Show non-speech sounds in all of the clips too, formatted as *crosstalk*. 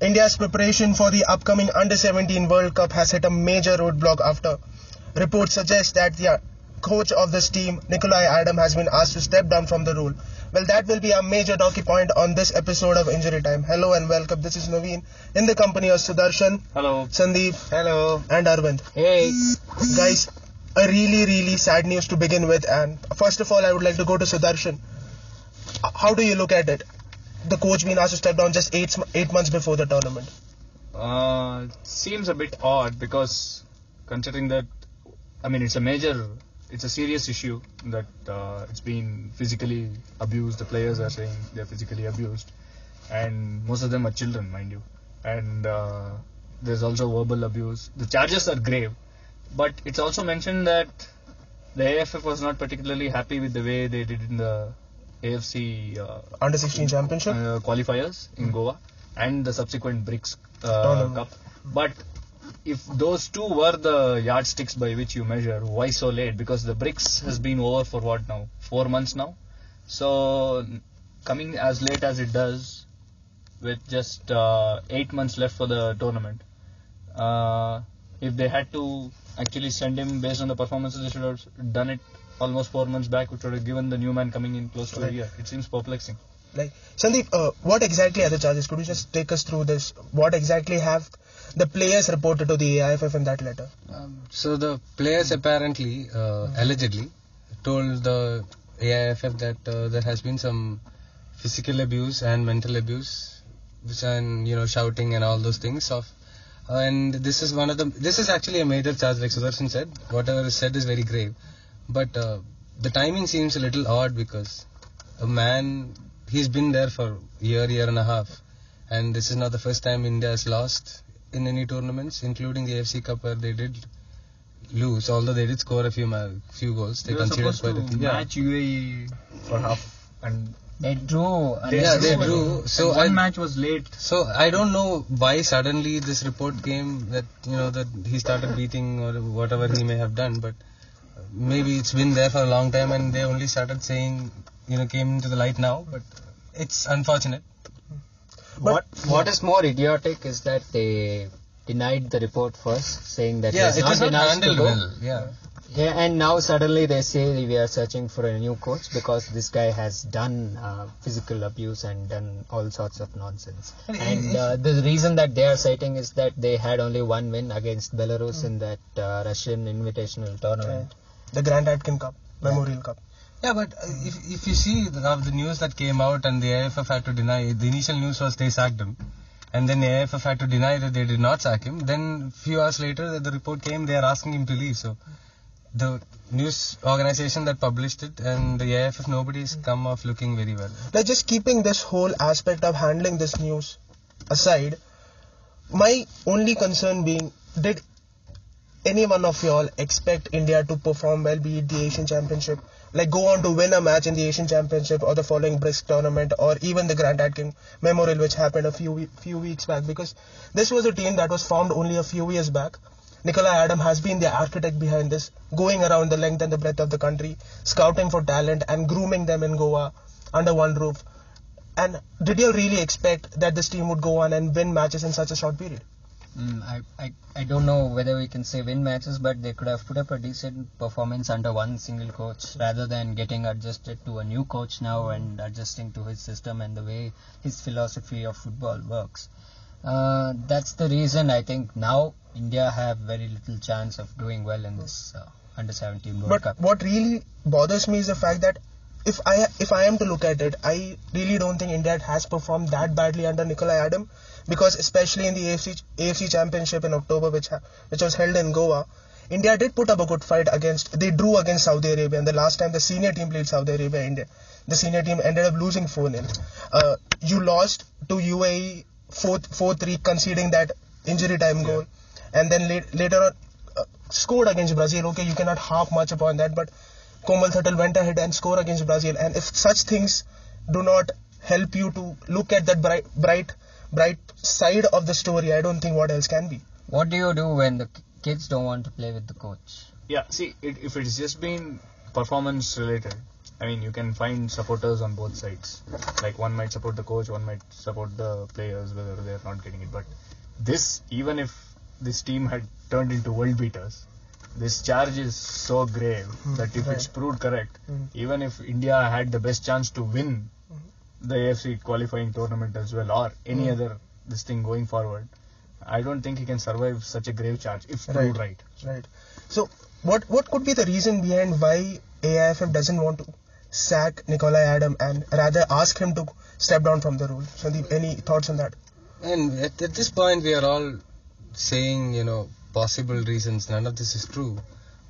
India's preparation for the upcoming Under 17 World Cup has hit a major roadblock after reports suggest that the uh, coach of this team, Nikolai Adam, has been asked to step down from the role. Well, that will be our major talking point on this episode of Injury Time. Hello and welcome. This is Naveen in the company of Sudarshan, Hello. Sandeep, Hello. and Arvind. Hey. Guys, a really, really sad news to begin with. And first of all, I would like to go to Sudarshan. How do you look at it? The coach being asked to step down just eight, eight months before the tournament. Uh, seems a bit odd because considering that, I mean, it's a major, it's a serious issue that uh, it's been physically abused. The players are saying they're physically abused, and most of them are children, mind you. And uh, there's also verbal abuse. The charges are grave, but it's also mentioned that the AFF was not particularly happy with the way they did in the AFC uh, Under 16 championship? uh, qualifiers in Goa and the subsequent BRICS uh, Hmm. Tournament. Cup. But if those two were the yardsticks by which you measure, why so late? Because the BRICS has been over for what now? Four months now. So n- coming as late as it does, with just uh, eight months left for the tournament, uh, if they had to actually send him based on the performances, they should have done it almost four months back, which would have given the new man coming in close to a Right. year. It seems perplexing. Like Sandeep, uh, what exactly are the charges? Could you just take us through this? What exactly have the players reported to the AIFF in that letter? Um, so the players apparently, uh, allegedly, told the AIFF that uh, there has been some physical abuse and mental abuse, which and you know shouting and all those things of. Uh, and this is one of the. This is actually a major charge, like Sudarshan said. Whatever is said is very grave, but uh, the timing seems a little odd because a man he's been there for year, year and a half, and this is not the first time India has lost in any tournaments, including the AFC Cup where they did lose. Although they did score a few ma- few goals, they, they were conceded supposed quite to a few. match UAE for half, and They drew. and They yeah, drew. they drew. so So one I, match was late. so I don't know why suddenly this report came that you know that he started beating or whatever he may have done, but maybe it's been there for a long time and they only started saying you know came into the light now, but it's unfortunate. What What is more idiotic is that they denied the report first, saying that yeah, he's it was been not asked handled to go. well. Yeah. Yeah, and now suddenly they say we are searching for a new coach because this guy has done uh, physical abuse and done all sorts of nonsense. And uh, the reason that they are citing is that they had only one win against Belarus in that uh, Russian invitational tournament. uh, The Grand Atkin Cup, Memorial Cup. Yeah, but uh, if, if you see the, of the news that came out and the AFF had to deny, the initial news was they sacked him. And then the AFF had to deny that they did not sack him. Then few hours later, the, the report came, they are asking him to leave. So the news organization that published it and the AFF, nobody's come off looking very well. Like just keeping this whole aspect of handling this news aside, my only concern being, did any one of y'all expect India to perform well, be it the Asian Championship, like go on to win a match in the Asian Championship or the following BRICS tournament or even the Grand Atkin Memorial, which happened a few we- few weeks back? Because this was a team that was formed only a few years back. Nikolai Adam has been the architect behind this, going around the length and the breadth of the country, scouting for talent and grooming them in Goa under one roof. And did you really expect that this team would go on and win matches in such a short period? Mm, I, I, I don't know whether we can say win matches, but they could have put up a decent performance under one single coach rather than getting adjusted to a new coach now and adjusting to his system and the way his philosophy of football works. Uh, that's the reason I think now India have very little chance of doing well in this uh, under 17 World But Cup. what really bothers me is the fact that if I if I am to look at it, I really don't think India has performed that badly under Nikolai Adam, because especially in the AFC AFC Championship in October, which ha- which was held in Goa, India did put up a good fight against. They drew against Saudi Arabia, and the last time the senior team played Saudi Arabia, India, the senior team ended up losing four 0 uh, You lost to E UAE 4-3, conceding that injury time goal, and then late, later on uh, scored against Brazil. Okay, you cannot harp much upon that, but Komal Thattal went ahead and scored against Brazil. And if such things do not help you to look at that bright, bright, bright side of the story, I don't think what else can be. What do you do when the k- kids don't want to play with the coach? Yeah, see, it, if it's just been performance related, I mean, you can find supporters on both sides. Like one might support the coach, one might support the players, whether they're not getting it. But this, even if this team had turned into world beaters, this charge is so grave that if it's Hmm, right. proved correct, Mm. even if India had the best chance to win Hmm. the AFC qualifying tournament as well, or any Mm. other this thing going forward, I don't think he can survive such a grave charge if Right. proved right. Right. So, what what could be the reason behind why AIFF doesn't want to sack Nikolai Adam and rather ask him to step down from the role? Sandeep, any thoughts on that? And at, at this point, we are all saying, you know, possible reasons. None of this is true.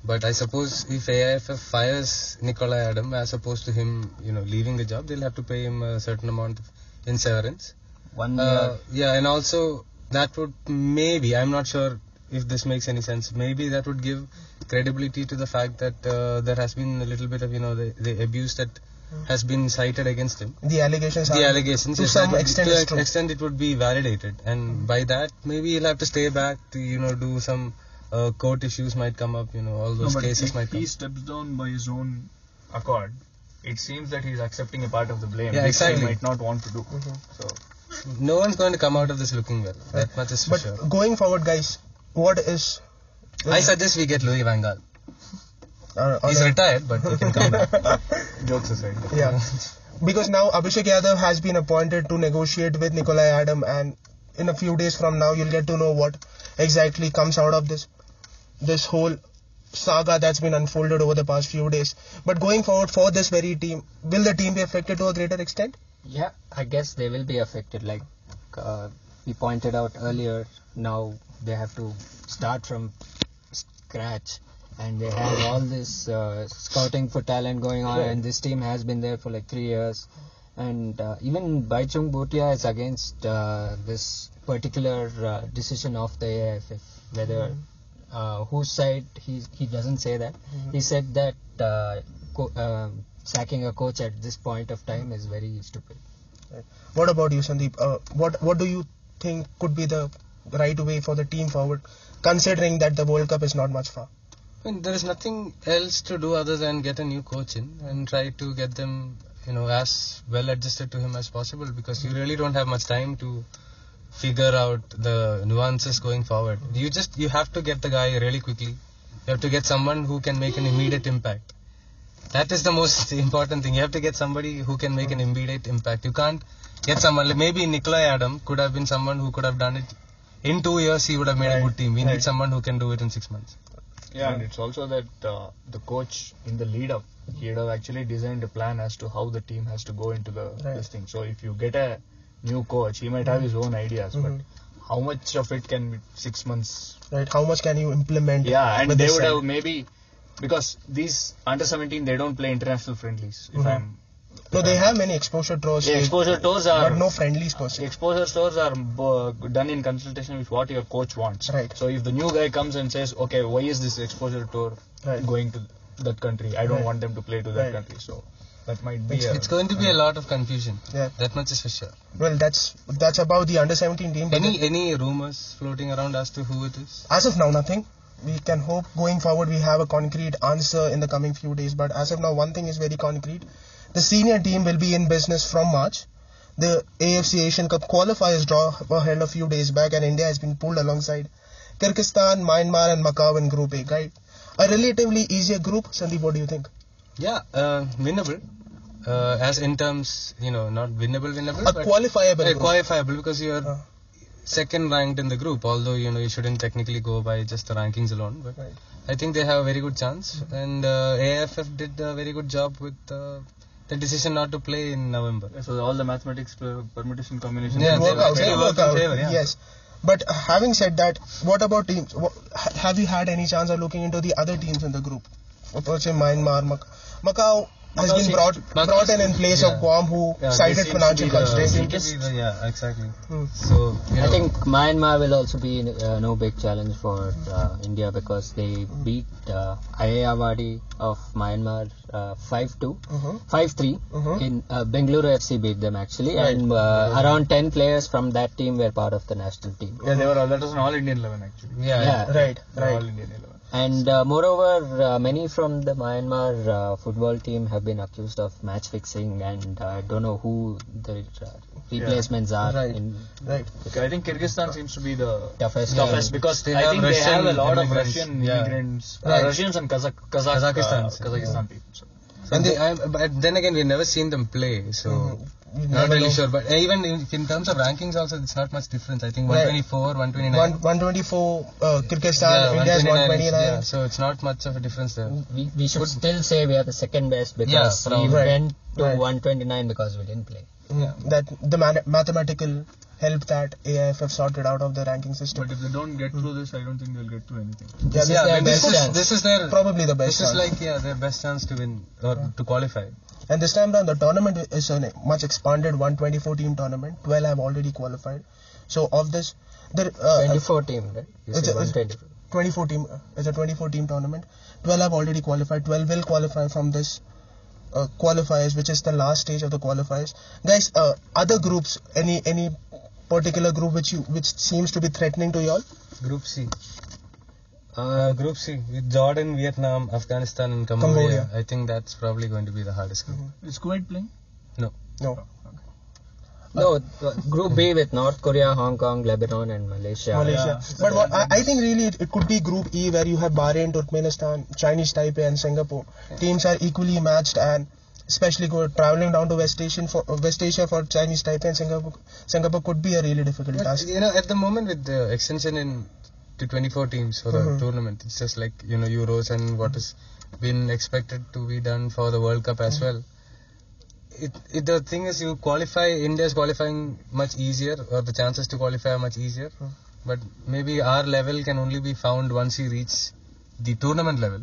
But I suppose if AIFF fires Nikolai Adam as opposed to him, you know, leaving the job, they'll have to pay him a certain amount of in severance. One Uh, year. yeah, and also that would maybe, I'm not sure if this makes any sense, maybe that would give credibility to the fact that uh, there has been a little bit of, you know, the, the abuse that has been cited against him The allegations are the allegations Um, to yes, some that- extent to is an true. extent it would be validated and by that maybe you'll have to stay back to you know do some uh, court issues might come up you know all No, those but cases if might come he steps down by his own accord, it seems that he's accepting a part of the blame, Yeah, which exactly. he might not want to do. Mhm. So no one's going to come out of this looking well that much is for But sure *laughs* going forward, guys, what is? I suggest we get Louis Van Gaal Uh, he's alright. retired but he can *laughs* come back jokes aside, Yeah. Because now Abhishek Yadav has been appointed to negotiate with Nikolai Adam, and in a few days from now, you'll get to know what exactly comes out of this this whole saga that's been unfolded over the past few days. But going forward for this very team, will the team be affected to a greater extent? Yeah, I guess they will be affected. Like uh, we pointed out earlier, now they have to start from scratch, and they have all this uh, scouting for talent going on, Right. and this team has been there for like three years. And uh, even Baichung Bhutia is against uh, this particular uh, decision of the AIFF, whether uh, whose side he he doesn't say that. He said that uh, co- uh, sacking a coach at this point of time is very stupid. What about you, Sandeep? Uh, what what do you think could be the right way for the team forward, considering that the World Cup is not much far? I mean, there is nothing else to do other than get a new coach in and try to get them, you know, as well adjusted to him as possible because you really don't have much time to figure out the nuances going forward. You just you have to get the guy really quickly. You have to get someone who can make an immediate impact. That is the most *laughs* important thing. You have to get somebody who can make an immediate impact. You can't get someone like maybe Nikolai Adam could have been someone who could have done it in two years. He would have made a Right, good team. We right. need someone who can do it in six months. yeah, and it's also that uh, the coach in the lead up, he would have actually designed a plan as to how the team has to go into the Right. this thing. So if you get a new coach, he might have his own ideas, Mm-hmm. Mhm. but how much of it can be six months Right? How much can you implement? Yeah, and with they this would side? have maybe because these under 17 they don't play international friendlies. If Mhm. I'm No, they have many exposure draws. the they- exposure tours are but no friendlies per se. exposure tours are b- done in consultation with what your coach wants. Right. So if the new guy comes and says, okay, why is this exposure tour Right. going to that country? I don't Right. want them to play to that Right. country. So that might be. It's- a- It's going to be a lot of confusion. Yeah. That much is for sure. Well, that's that's about the under 17 team. but Any any rumors floating around as to who it is? as of now, nothing. We can hope going forward we have a concrete answer in the coming few days. But as of now, one thing is very concrete: the senior team will be in business from March. The AFC Asian Cup qualifiers draw were held a few days back, and India has been pulled alongside Kyrgyzstan, Myanmar, and Macau in Group A. Right, a relatively easier group. Sandeep, what do you think? Yeah, uh, winnable. Uh, as in terms, you know, not winnable, winnable, A but qualifiable uh, group. qualifiable because you are Uh, second ranked in the group. Although you know you shouldn't technically go by just the rankings alone, but right. I think they have a very good chance. And uh, AFF did a very good job with uh, the decision not to play in November. so all the mathematics per- permutation combinations. Yeah, It they work were- out. they it were work in out. favor, yeah. Yes. But uh, having said that, what about teams? Wha ha- have you had any chance of looking into the other teams in the group? Approach Myanmar, Mac- Macau has Macau been seems- brought Macau brought in in seems- place yeah. of Guam, who Yeah, they cited seems to financial be the- constraints. seem to be the- yeah, exactly. Hmm. So you know, I think Myanmar will also be uh, no big challenge for uh, India because they beat uh, Ayayawadi of Myanmar uh, 5-2, Mhm. 5-3. Mhm. In uh, Bengaluru FC beat them actually, Right. and uh, around 10 players from that team were part of the national team. Yeah, they were all, that was an all Indian 11 actually. yeah, Yeah. Right, They were All right. Indian 11. And uh, moreover, uh, many from the Myanmar uh, football team have been accused of match fixing, and uh, I don't know who the uh, replacements are Right. in Right. I think Kyrgyzstan seems to be the toughest. toughest because They I have think they have a Russian lot immigrants. of Russian Yeah. immigrants, uh, Right. Russians and Kazakh, Kazakh, Kazakhstan. uh, Kazakhstan people. So, So And they, they- I'm, but then again, we've never seen them play, so Mhm. We not never really know. sure. But eh, even in, in terms of rankings, also, it's not much difference. I think Right. 124, 129. One, 124 uh, Yeah, Kyrgyzstan, India's 129 is- 129. yeah, so it's not much of a difference there. We, we should still say we are the second best because from- we Right. went to Right. 129 because we didn't play. Mm, That the man- mathematical help that AIFF sorted out of the ranking system. but if they don't get through this, I don't think they'll get through anything. Yeah, This is this- their this best is chance. this is their probably the best. this is chance. like yeah their best chance to win or to qualify. And this time round, the tournament is a much expanded 124 team tournament. 12 have already qualified. So of this, the uh, 24 team, right? You it's said a- it's- 124. 24 team uh, is a 24 team tournament. 12 have already qualified. 12 will qualify from this uh, qualifiers, which is the last stage of the qualifiers. Guys, uh, other groups, any any particular group which you which seems to be threatening to y'all? Group C. Uh, group C with Jordan, Vietnam, Afghanistan, and Cambodia. Cambodia. I think that's probably going to be the hardest group. Is Kuwait playing? No. No, uh, Group B with North Korea, Hong Kong, Lebanon, and Malaysia. Malaysia. Yeah. But what, I, I think really it, it could be Group E where you have Bahrain, Turkmenistan, Chinese Taipei, and Singapore. Teams are equally matched and especially go traveling down to West Asia for uh, West Asia for Chinese Taipei and Singapore. Singapore could be a really difficult But, task. you know, at the moment with the extension in to 24 teams for Mhm. the tournament, it's just like you know Euros and what has been expected to be done for the World Cup as well. It, it the thing is you qualify India's qualifying much easier or the chances to qualify are much easier, but maybe our level can only be found once you reach the tournament level,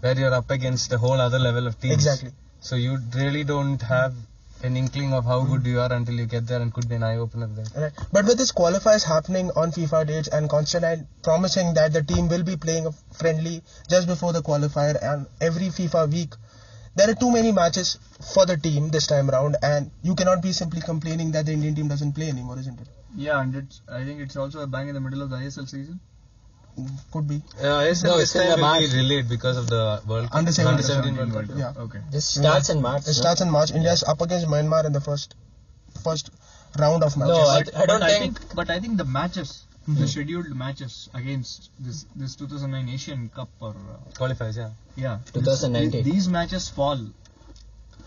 where you're up against a whole other level of teams. Exactly. So you really don't have an inkling of how good you are until you get there and could be an eye opener there. Right. But with this qualifiers happening on FIFA dates and Constantine promising that the team will be playing a friendly just before the qualifier and every FIFA week, there are too many matches for the team this time around, and you cannot be simply complaining that the Indian team doesn't play anymore, isn't it? Yeah, and it's, I think it's also a bang in the middle of the ISL season. Mm, Could be. Uh, ISL No, this it's in time the will March. be delayed because of the World Cup. Under 17 Under 17 World Cup. Yeah. Okay. This starts in March. It no? starts in March. India is up against Myanmar in the first first round of matches. No, I, But- I don't but I think. think. But I think the matches, the scheduled matches against this this 2009 Asian Cup or uh, Qualifies, yeah. yeah, 2019. These matches fall.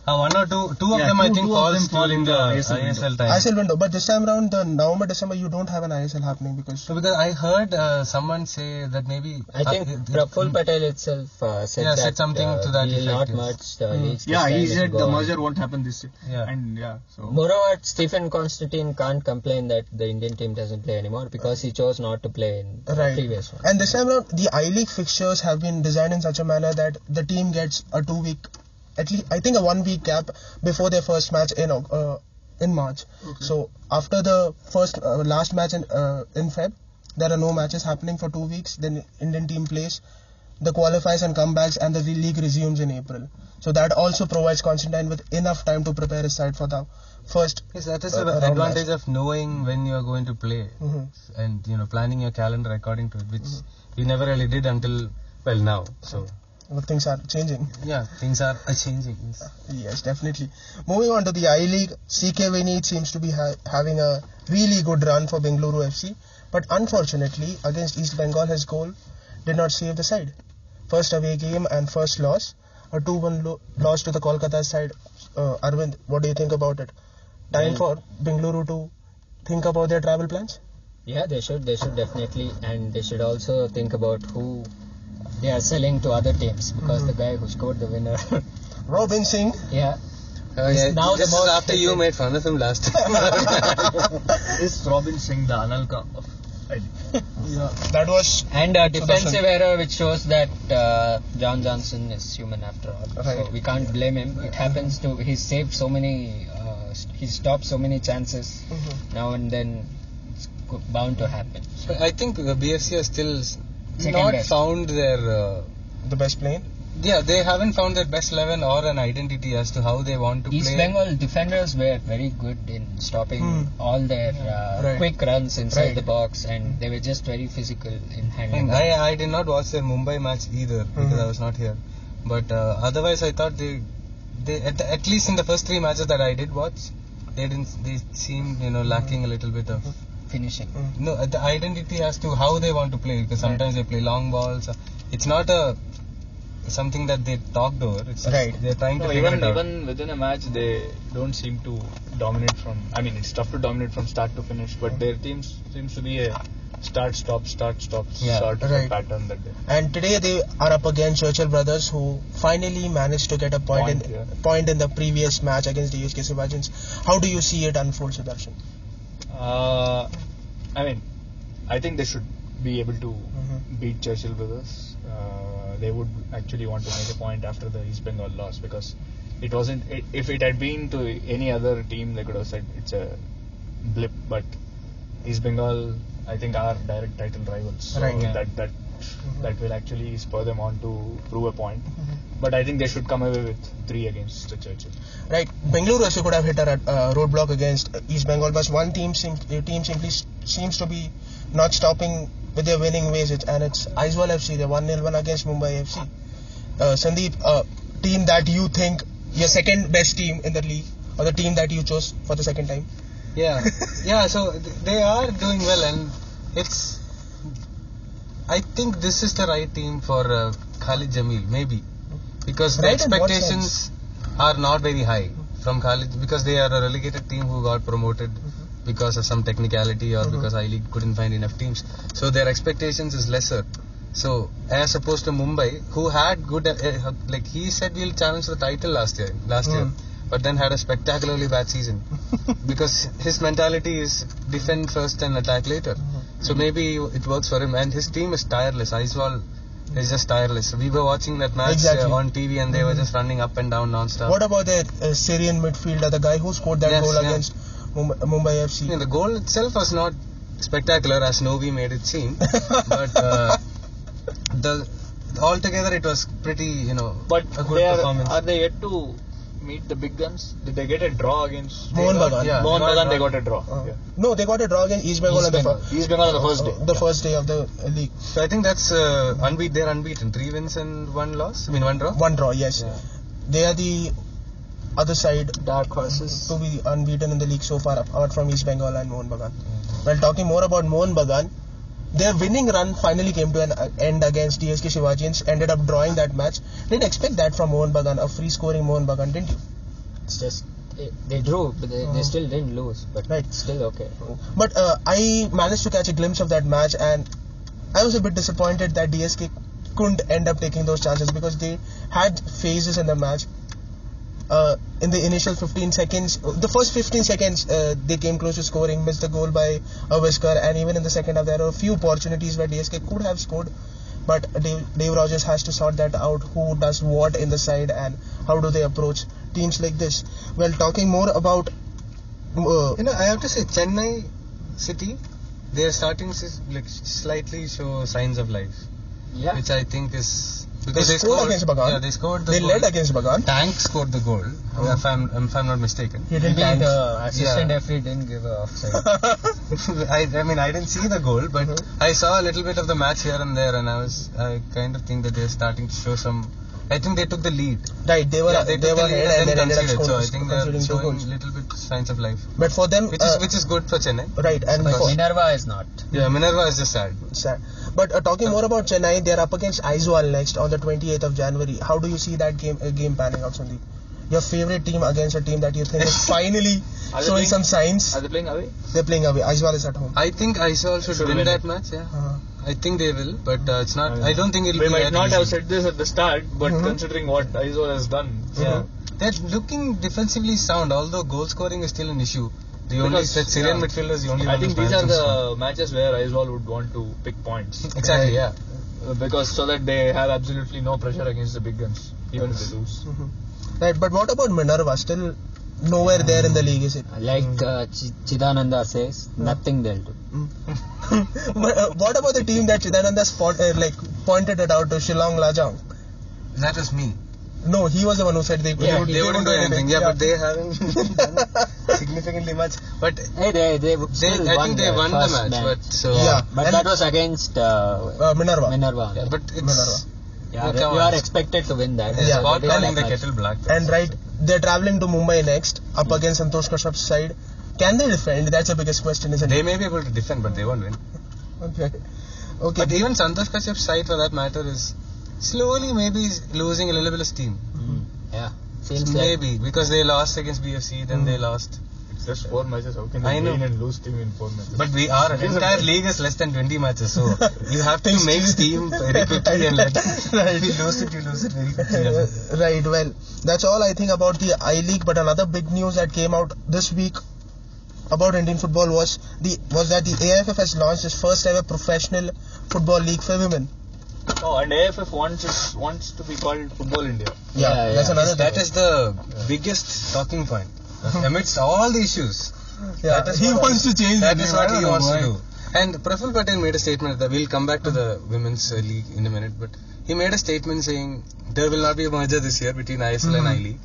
Uh, one or two, two of Yeah, them I two- think two of them falls fall during in the the ISL, ISL time. ISL window, but this time around, the November December, you don't have an ISL happening because So because I heard uh, someone say that maybe I think uh, the- Praful Patel itself uh, said Yeah, that. said something uh, to that we'll effect, Not yes. much. Uh, reach this Yeah, he time, it'll said go the on. merger won't happen this year. Yeah. And yeah, so Moreover, Stephen Constantine can't complain that the Indian team doesn't play anymore because he chose not to play in the Right. previous one. And this time around, the I League fixtures have been designed in such a manner that the team gets a two week, at least I think a one week gap before their first match in Au- uh, in March. So after the first uh, last match in uh, in Feb, there are no matches happening for two weeks. Then Indian team plays the qualifiers and comebacks, and the re- league resumes in April. So that also provides Constantine with enough time to prepare his side for the first. yes, that is Uh, the around advantage of knowing when you are going to play Mm-hmm. Mhm. and you know planning your calendar according to it, which we never really did until well now. So Things are changing. yeah, things are *laughs* uh, changing. Yes. Yes, definitely. Moving on to the I League, CK Vinny seems to be ha- having a really good run for Bengaluru FC, but unfortunately against East Bengal, his goal did not save the side. First away game and first loss, a 2-1 lo- loss to the Kolkata side. Uh, Arvind, what do you think about it? Time for Bengaluru to think about their travel plans. Yeah, they should. They should definitely, and they should also think about who they are selling to other teams because the guy who scored the winner, Robin Singh, yeah, Uh, yeah, now the this is most after you made fun of him last time. *laughs* is Robin Singh the Analka of I think. that was and a defensive error which shows that uh, John Johnson is human after all. So Right. we can't blame him. It happens to. He saved so many. Uh, s- he stopped so many chances. Mm-hmm. Now and then, it's go- bound to happen. I think uh, BFC has still s- Second not best. found their. Uh, the best plane. yeah, they haven't found their best eleven or an identity as to how they want to East play. Bengal defenders were very good in stopping Hmm. all their uh, Right. quick runs inside Right. the box, and they were just very physical in handling. And that. I, I did not watch their Mumbai match either because I Mhm. was not here. But uh, otherwise, I thought they, they at, at least in the first three matches that I did watch, they didn't. They seemed you know lacking a little bit of finishing. Mm. no uh, the identity as to how they want to play because sometimes they play long balls. It's not a something that they talked over. It's just Right. They're trying to No, figure even it out. even within a match, they don't seem to dominate from. I mean, it's tough to dominate from start to finish, but their team seems to be a start stop start stop Yeah, sort of a right. pattern that they. And today they are up against Churchill brothers, who finally managed to get a point, Point, in yeah. point in the previous match against the USK Subhajins. How do you see it unfold, Sudarshan? Uh, I mean, I think they should be able to Mhm. beat Churchill Brothers. Uh, they would actually want to make a point after the East Bengal loss because it wasn't. i if it had been to any other team, they could have said it's a blip. But East Bengal, I think, are direct title rivals. So Right, yeah. That that that will actually spur them on to prove a point. Mhm. But I think they should come away with three against the Churchill. Right, Bengaluru also could have hit a ro- uh, roadblock against East Bengal, but one team sim- the team simply s- seems to be not stopping with their winning ways, it, and it's Aizwal FC. They one 0 one against Mumbai FC. Uh, Sandeep, uh, team that you think your second best team in the league, or the team that you chose for the second time. yeah yeah so th- they are doing well and it's i think this is the right team for uh, khalid jamil maybe because the Right, in what expectations are not very high from khalid because they are a relegated team who got promoted Mm-hmm. because of some technicality or Mhm. because i league couldn't find enough teams so their expectations is lesser so as opposed to mumbai who had good uh, uh, like he said we'll challenge the title last year last year Mm. but then had a spectacularly bad *laughs* season because his mentality is defend first and attack later. So maybe it works for him, and his team is tireless. Aizwal is just tireless. We were watching that match uh, Exactly. on TV, and they were Mm-hmm. just running up and down non-stop. What about their uh, Syrian midfielder, the guy who scored that Yes, goal yeah. against Mumbai, Mumbai FC? You know, the goal itself was not spectacular as Novi made it *laughs* seem, but uh, the altogether it was pretty, you know, But a good they are, performance. are they yet to meet the big guns? Did they get a draw against Mohan Bagan. yeah. Mohan got a Bagan? They draw. got a draw. Uh, Yeah. No, they got a draw against East Bengal East on the, fir- Bengal. East Bengal on the first uh, day. the first day of the uh, league. so I think that's uh, unbeat. They're unbeaten, three wins and one loss. I mean one draw. One draw, yes. Yeah. They are the other side Dark horses. to be unbeaten in the league so far, apart from East Bengal and Mohan Bagan. Well, talking more about Mohan Bagan, their winning run finally came to an uh, end against DSK Shivajians. Ended up drawing that match. Didn't expect that from Mohan Bagan, a free scoring Mohan Bagan, didn't you? It's just it, they drew, but they, they still didn't lose. But Right. it's still okay. But uh, I managed to catch a glimpse of that match, and I was a bit disappointed that DSK couldn't end up taking those chances because they had phases in the match. Uh, in the initial 15 seconds, the first 15 seconds, uh, they came close to scoring, missed the goal by a whisker, and even in the second half, there were a few opportunities where DSK could have scored. But Dave, Dave Rogers has to sort that out who does what in the side and how do they approach teams like this. Well, talking more about. Uh, You know, I have to say, Chennai city, they are starting to like slightly show signs of life, Yeah. which I think is because They they, scored against Bagan. Yeah, they scored. The they goal. led against Oh. Bagan. Tank scored the goal. If I'm if I'm not mistaken. He didn't Maybe tank. the assistant Yeah. referee didn't give a *laughs* offside. *laughs* I, I mean I didn't see the goal, but Uh-huh. I saw a little bit of the match here and there, and I was I kind of think that they're starting to show some. I think they took the lead. Right, they were yeah, they, they, took were the lead ahead and then then ended up conceded. scoring, So I think they're conceding two showing goals. little bit signs of life, But for them, which uh, is which is good for Chennai. right, and But for, Minerva is not. Yeah, Minerva is just sad. sad. But uh, talking more about Chennai, they're up against Aizwal next on the 28th of January. How do you see that game uh, game panning out, Sandeep? Your favorite team against a team that you *laughs* think is finally Are they showing playing- some signs. Are they playing away? They're playing away. Aizwal is at home. I think Aizwal should, Should win, win that it. match. Yeah, Uh, I think they will, but uh, it's not. I don't I don't think it'll We be. might that not easy. have said this at the start, but Mhm. considering what Aizwal has done, Yeah, they're looking defensively sound. Although goal scoring is still an issue. The only Because, that Syrian yeah. midfielder is the only. I one think who's these are managing to the matches where Aizwal would want to pick points score. Exactly. Yeah. Uh, because so that they have absolutely no pressure against the big guns, even if they lose. Mm-hmm. right, but what about Minerva? Still nowhere there in the league, is it? *laughs* Like uh, Ch- Chidananda says, nothing they'll do. but uh, what about the team that Chidananda spot, uh, like pointed it out to Shillong Lajang? That was me. No, he was the one who said they, they, would, would, they wouldn't do anything. Yeah, but they *laughs* haven't done significantly much. But Hey, they they, they, still I won think they their won the first match. But so Yeah. But And- that was against uh, uh, Minerva. Minerva. Yeah, but Minerva. it's Yeah, Oh, they- come you on. are expected to win that. it's Yeah, about They won calling the that match. kettle black. and right, they're traveling to Mumbai next, up against Santosh Kashyap's side. Can they defend? That's the biggest question, isn't They it? may be able to defend, but they won't win. Okay. Okay. But even Santosh Kashyap's side, for that matter, is slowly maybe losing a little bit of steam. Yeah, seems like maybe because they lost against BFC, then Mm. they lost. It's just four matches. How can I they know. win and lose team in four matches? But we are an These are entire bad. league is less than 20 *laughs* matches, so you have to make steam very quickly and let. *laughs* If you lose it, you lose it very quickly. Uh, *laughs* right, well, that's all I think about the I League. But another big news that came out this week about Indian football was the was that the AFF has launched its first ever professional football league for women. oh, and AFF wants is, wants to be called Football *laughs* India. Yeah, Yeah, that's yeah. another. That thing. Uh-huh. is the biggest talking point amidst all the issues. yeah. that is he what- wants to change. That the is name. I what don't he know wants why. to do. And Praful Patel made a statement that we'll come back to the women's uh, league in a minute, but he made a statement saying there will not be a merger this year between ISL Hmm. and I League.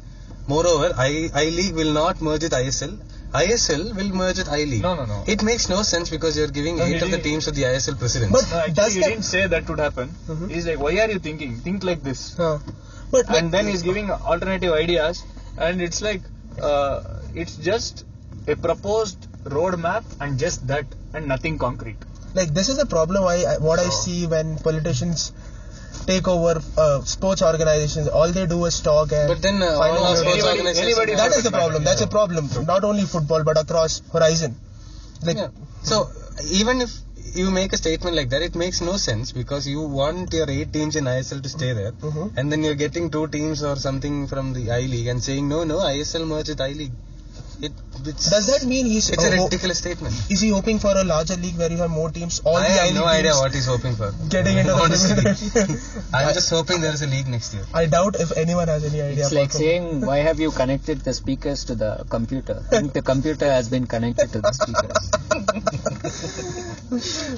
Moreover, I, I League will not merge with ISL. ISL will merge with I League. No, no, no. It makes no sense because you're giving No, eight he of the didn't- teams to the ISL presidents. But No, actually, does he that- didn't say that would happen. Mm-hmm. Mhm. He's like, why are you thinking? Think like this. Huh. But And then he's giving alternative ideas, and it's like, uh, it's just a proposed roadmap and just that, and nothing concrete. like this is the problem I, I what I see when politicians take over uh, sports organizations all they do is talk and But then uh, find all out where- our sports Anybody- organizations. anybody that is the doesn't matter, problem that's a problem not only football but across horizon like Yeah. So even if you make a statement like that, it makes no sense because you want your eight teams in ISL to stay there, Mhm. and then you're getting two teams or something from the I League and saying no, no, ISL merge with I League. It, it's does that mean he's it's a uh, ho- ridiculous statement. is he hoping for a larger league where you have more teams all I the have I no League idea teams what he's hoping for. getting into *laughs* Honestly. the Premier I'm just hoping there is a league next year. *laughs* I doubt if anyone has any idea It's apart like from- saying, why have you connected the speakers to the computer? I think the computer has been connected to the speakers.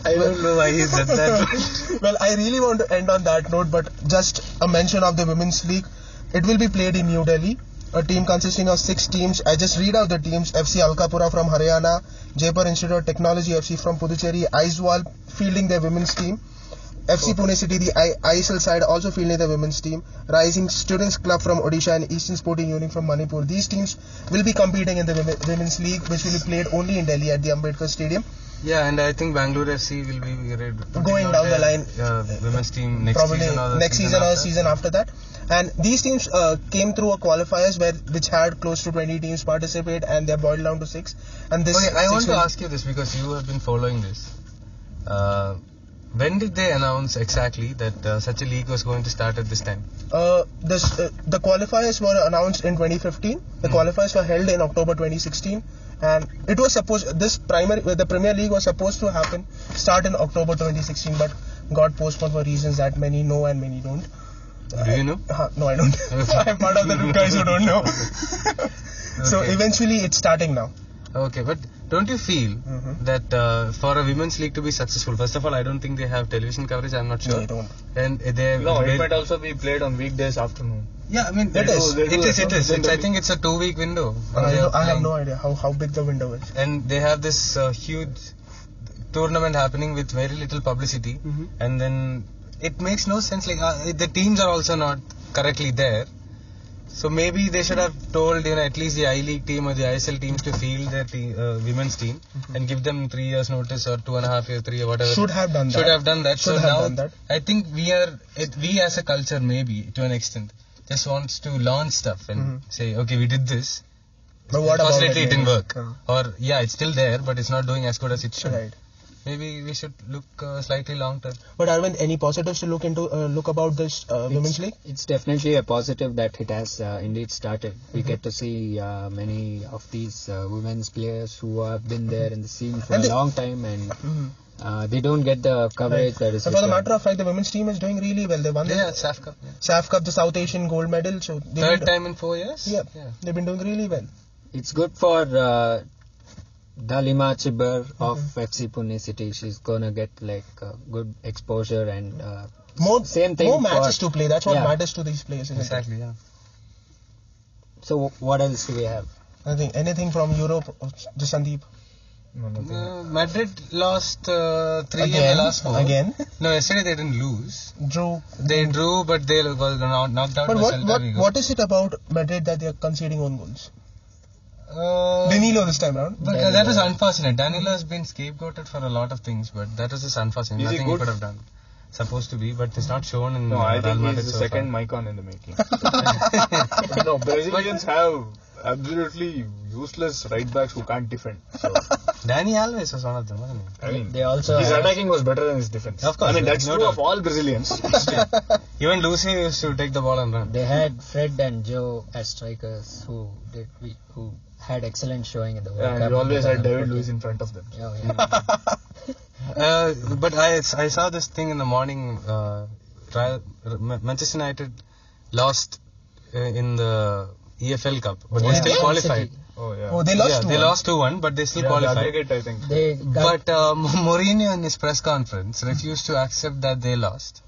*laughs* I don't know why he said that. well, I really want to end on that note, but just a mention of the Women's League. It will be played in New Delhi. A team consisting of six teams. I just read out the teams FC Alkapura from Haryana, Jaipur Institute of Technology FC from Puducherry, Aizwal fielding their women's team. FC Pune City, the I- ISL side, also fielding the women's team. Rising Students Club from Odisha and Eastern Sporting Union from Manipur. These teams will be competing in the women- Women's League, which will be played only in Delhi at the Ambedkar Stadium. *laughs* yeah, and I think Bangalore FC will be uh, Going down the their, line. Uh, women's team next probably season or the next season, or after. season after that. And these teams uh, came through a qualifiers where which had close to 20 teams participate, and they're boiled down to six. And this okay, I six want to will- ask you this because you have been following this. Uh, when did they announce exactly that uh, such a league was going to start at this time? Uh, this uh, the qualifiers were announced in 2015. Hmm. The qualifiers were held in October 2016, and it was supposed this primary the Premier League was supposed to happen start in October 2016, but got postponed for reasons that many know and many don't. Do you know? Uh, no, I don't. *laughs* *laughs* I'm part of the two guys who don't know. *laughs* So Okay. eventually, it's starting now. Okay, but don't you feel Mhm. that uh, for a women's league to be successful, first of all, I don't think they have television coverage. I'm not No, sure. I don't. And they No, they- it might also be played on weekdays afternoon. yeah, I mean They do- they it do is that, it no? is. It's, I Generally. think it's a two week window. I, They are don't- I have playing. no idea how, how big the window is. and they have this uh, huge tournament happening with very little publicity and then it makes no sense like uh, the teams are also not correctly there so maybe they should have told you know at least the i league team or the isl teams to field their te- uh, women's team and give them three years notice or two and a half years three or whatever Mm-hmm. Should have done that. should have done that Should so have now done that. i think we are it, we as a culture maybe to an extent just wants to launch stuff and Mhm. say okay we did this But what about Unfortunately, it the didn't work. ladies? Uh, Or yeah, it's still there, but it's not doing as good as it should. Right. Maybe we should look uh, slightly long term. But Arvind, any positives to look into? Uh, look about this uh, women's league. It's definitely a positive that it has uh, indeed started. We Mm-hmm. get to see uh, many of these uh, women's players who have been there in the scene for And a they- long time and Mm-hmm. uh, they don't get the coverage that is And uh, for the required. matter of fact, the women's team is doing really well. They won Yeah, the SAF Cup. yeah. SAF Cup, the South Asian gold medal. So they've Third been- time in four years. Yeah, yeah. they've been doing really well. It's good for uh, Dalima Chibber of Mm-hmm. FC Pune City. She's gonna get like uh, good exposure and uh, More, Same thing more for- matches to play. That's what Yeah. matters to these players. Isn't it? Yeah. so what else do we have? I think anything from Europe, uh, just Sandeep No, nothing. Uh, Madrid lost uh, three in again, the last four. again, *laughs* No, yesterday they didn't lose. Drew. They drew, but they were knocked knocked out But by what, Celta what, Vigo. what is it about Madrid that they are conceding own goals? Uh, Danilo this time around. But uh, that was unfortunate. Danilo has been scapegoated for a lot of things, but that was just unfortunate. Is he Nothing good? could have done. Supposed to be, but it's not shown in. No, uh, I Real think Madrid he's the so second Far. Micon in the making. *laughs* no, Brazilians have absolutely useless right backs who can't defend. So, Danny Alves was one of them, wasn't he? I mean, They also his have- attacking was better than his defense. Of course, I mean, yeah, that's no true doubt. of all *laughs* Brazilians. Even Lucy used to take the ball and run. They had Fred and Joe as strikers who did we who had excellent showing in the World and Cup. you always had David 2014. Luiz in front of them. Oh, *laughs* yeah. Uh, but I, I saw this thing in the morning. Uh, Real- Ma- Manchester United lost uh, in the EFL Cup, but they Yeah. still Again, qualified. City. Oh yeah. Oh, they lost yeah, two. they lost two one, but they still yeah, the qualified. aggregate, I think. they got But uh, Mourinho in his press conference refused to accept that they lost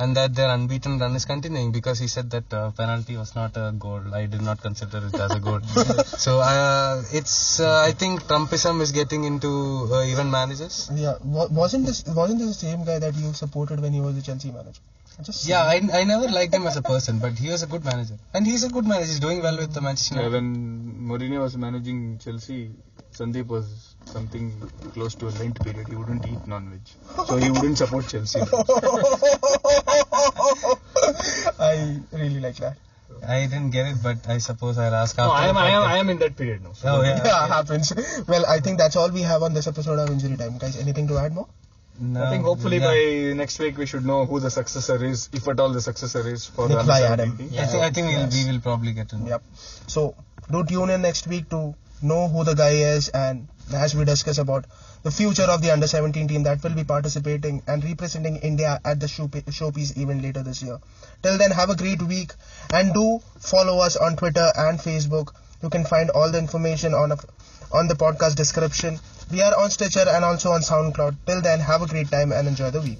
and that their unbeaten run is continuing because he said that uh, penalty was not a goal. I did not consider it as a goal. so uh, it's uh, I think Trumpism is getting into uh, even managers. Yeah, wa- wasn't this wasn't this the same guy that you supported when he was the Chelsea manager? I Just Yeah, I, I never liked him as a person, but he was a good manager. And he's a good manager. He's doing well with the Manchester Yeah, United. when Mourinho was managing Chelsea, Sandeep was something close to a Lent period. He wouldn't eat non-veg, so he wouldn't support Chelsea. I really like that. I didn't get it, but I suppose I'll ask *laughs* no, after. I am, the I am, podcast. I am in that period now. So Oh, yeah. *laughs* Yeah, happens. Well, I think that's all we have on this episode of Injury Time, guys. Anything to add more? No, I think hopefully yeah. by next week we should know who the successor is, if at all the successor is for the Nikolai Adam. under-17 team. I think, I think we'll, we will probably get to know. Yep. So do tune in next week to know who the guy is and as we discuss about the future of the under 17 team that will be participating and representing India at the show- showpiece event later this year. Till then, have a great week and do follow us on Twitter and Facebook. You can find all the information on a, on the podcast description. We are on Stitcher and also on SoundCloud. Till then, have a great time and enjoy the week.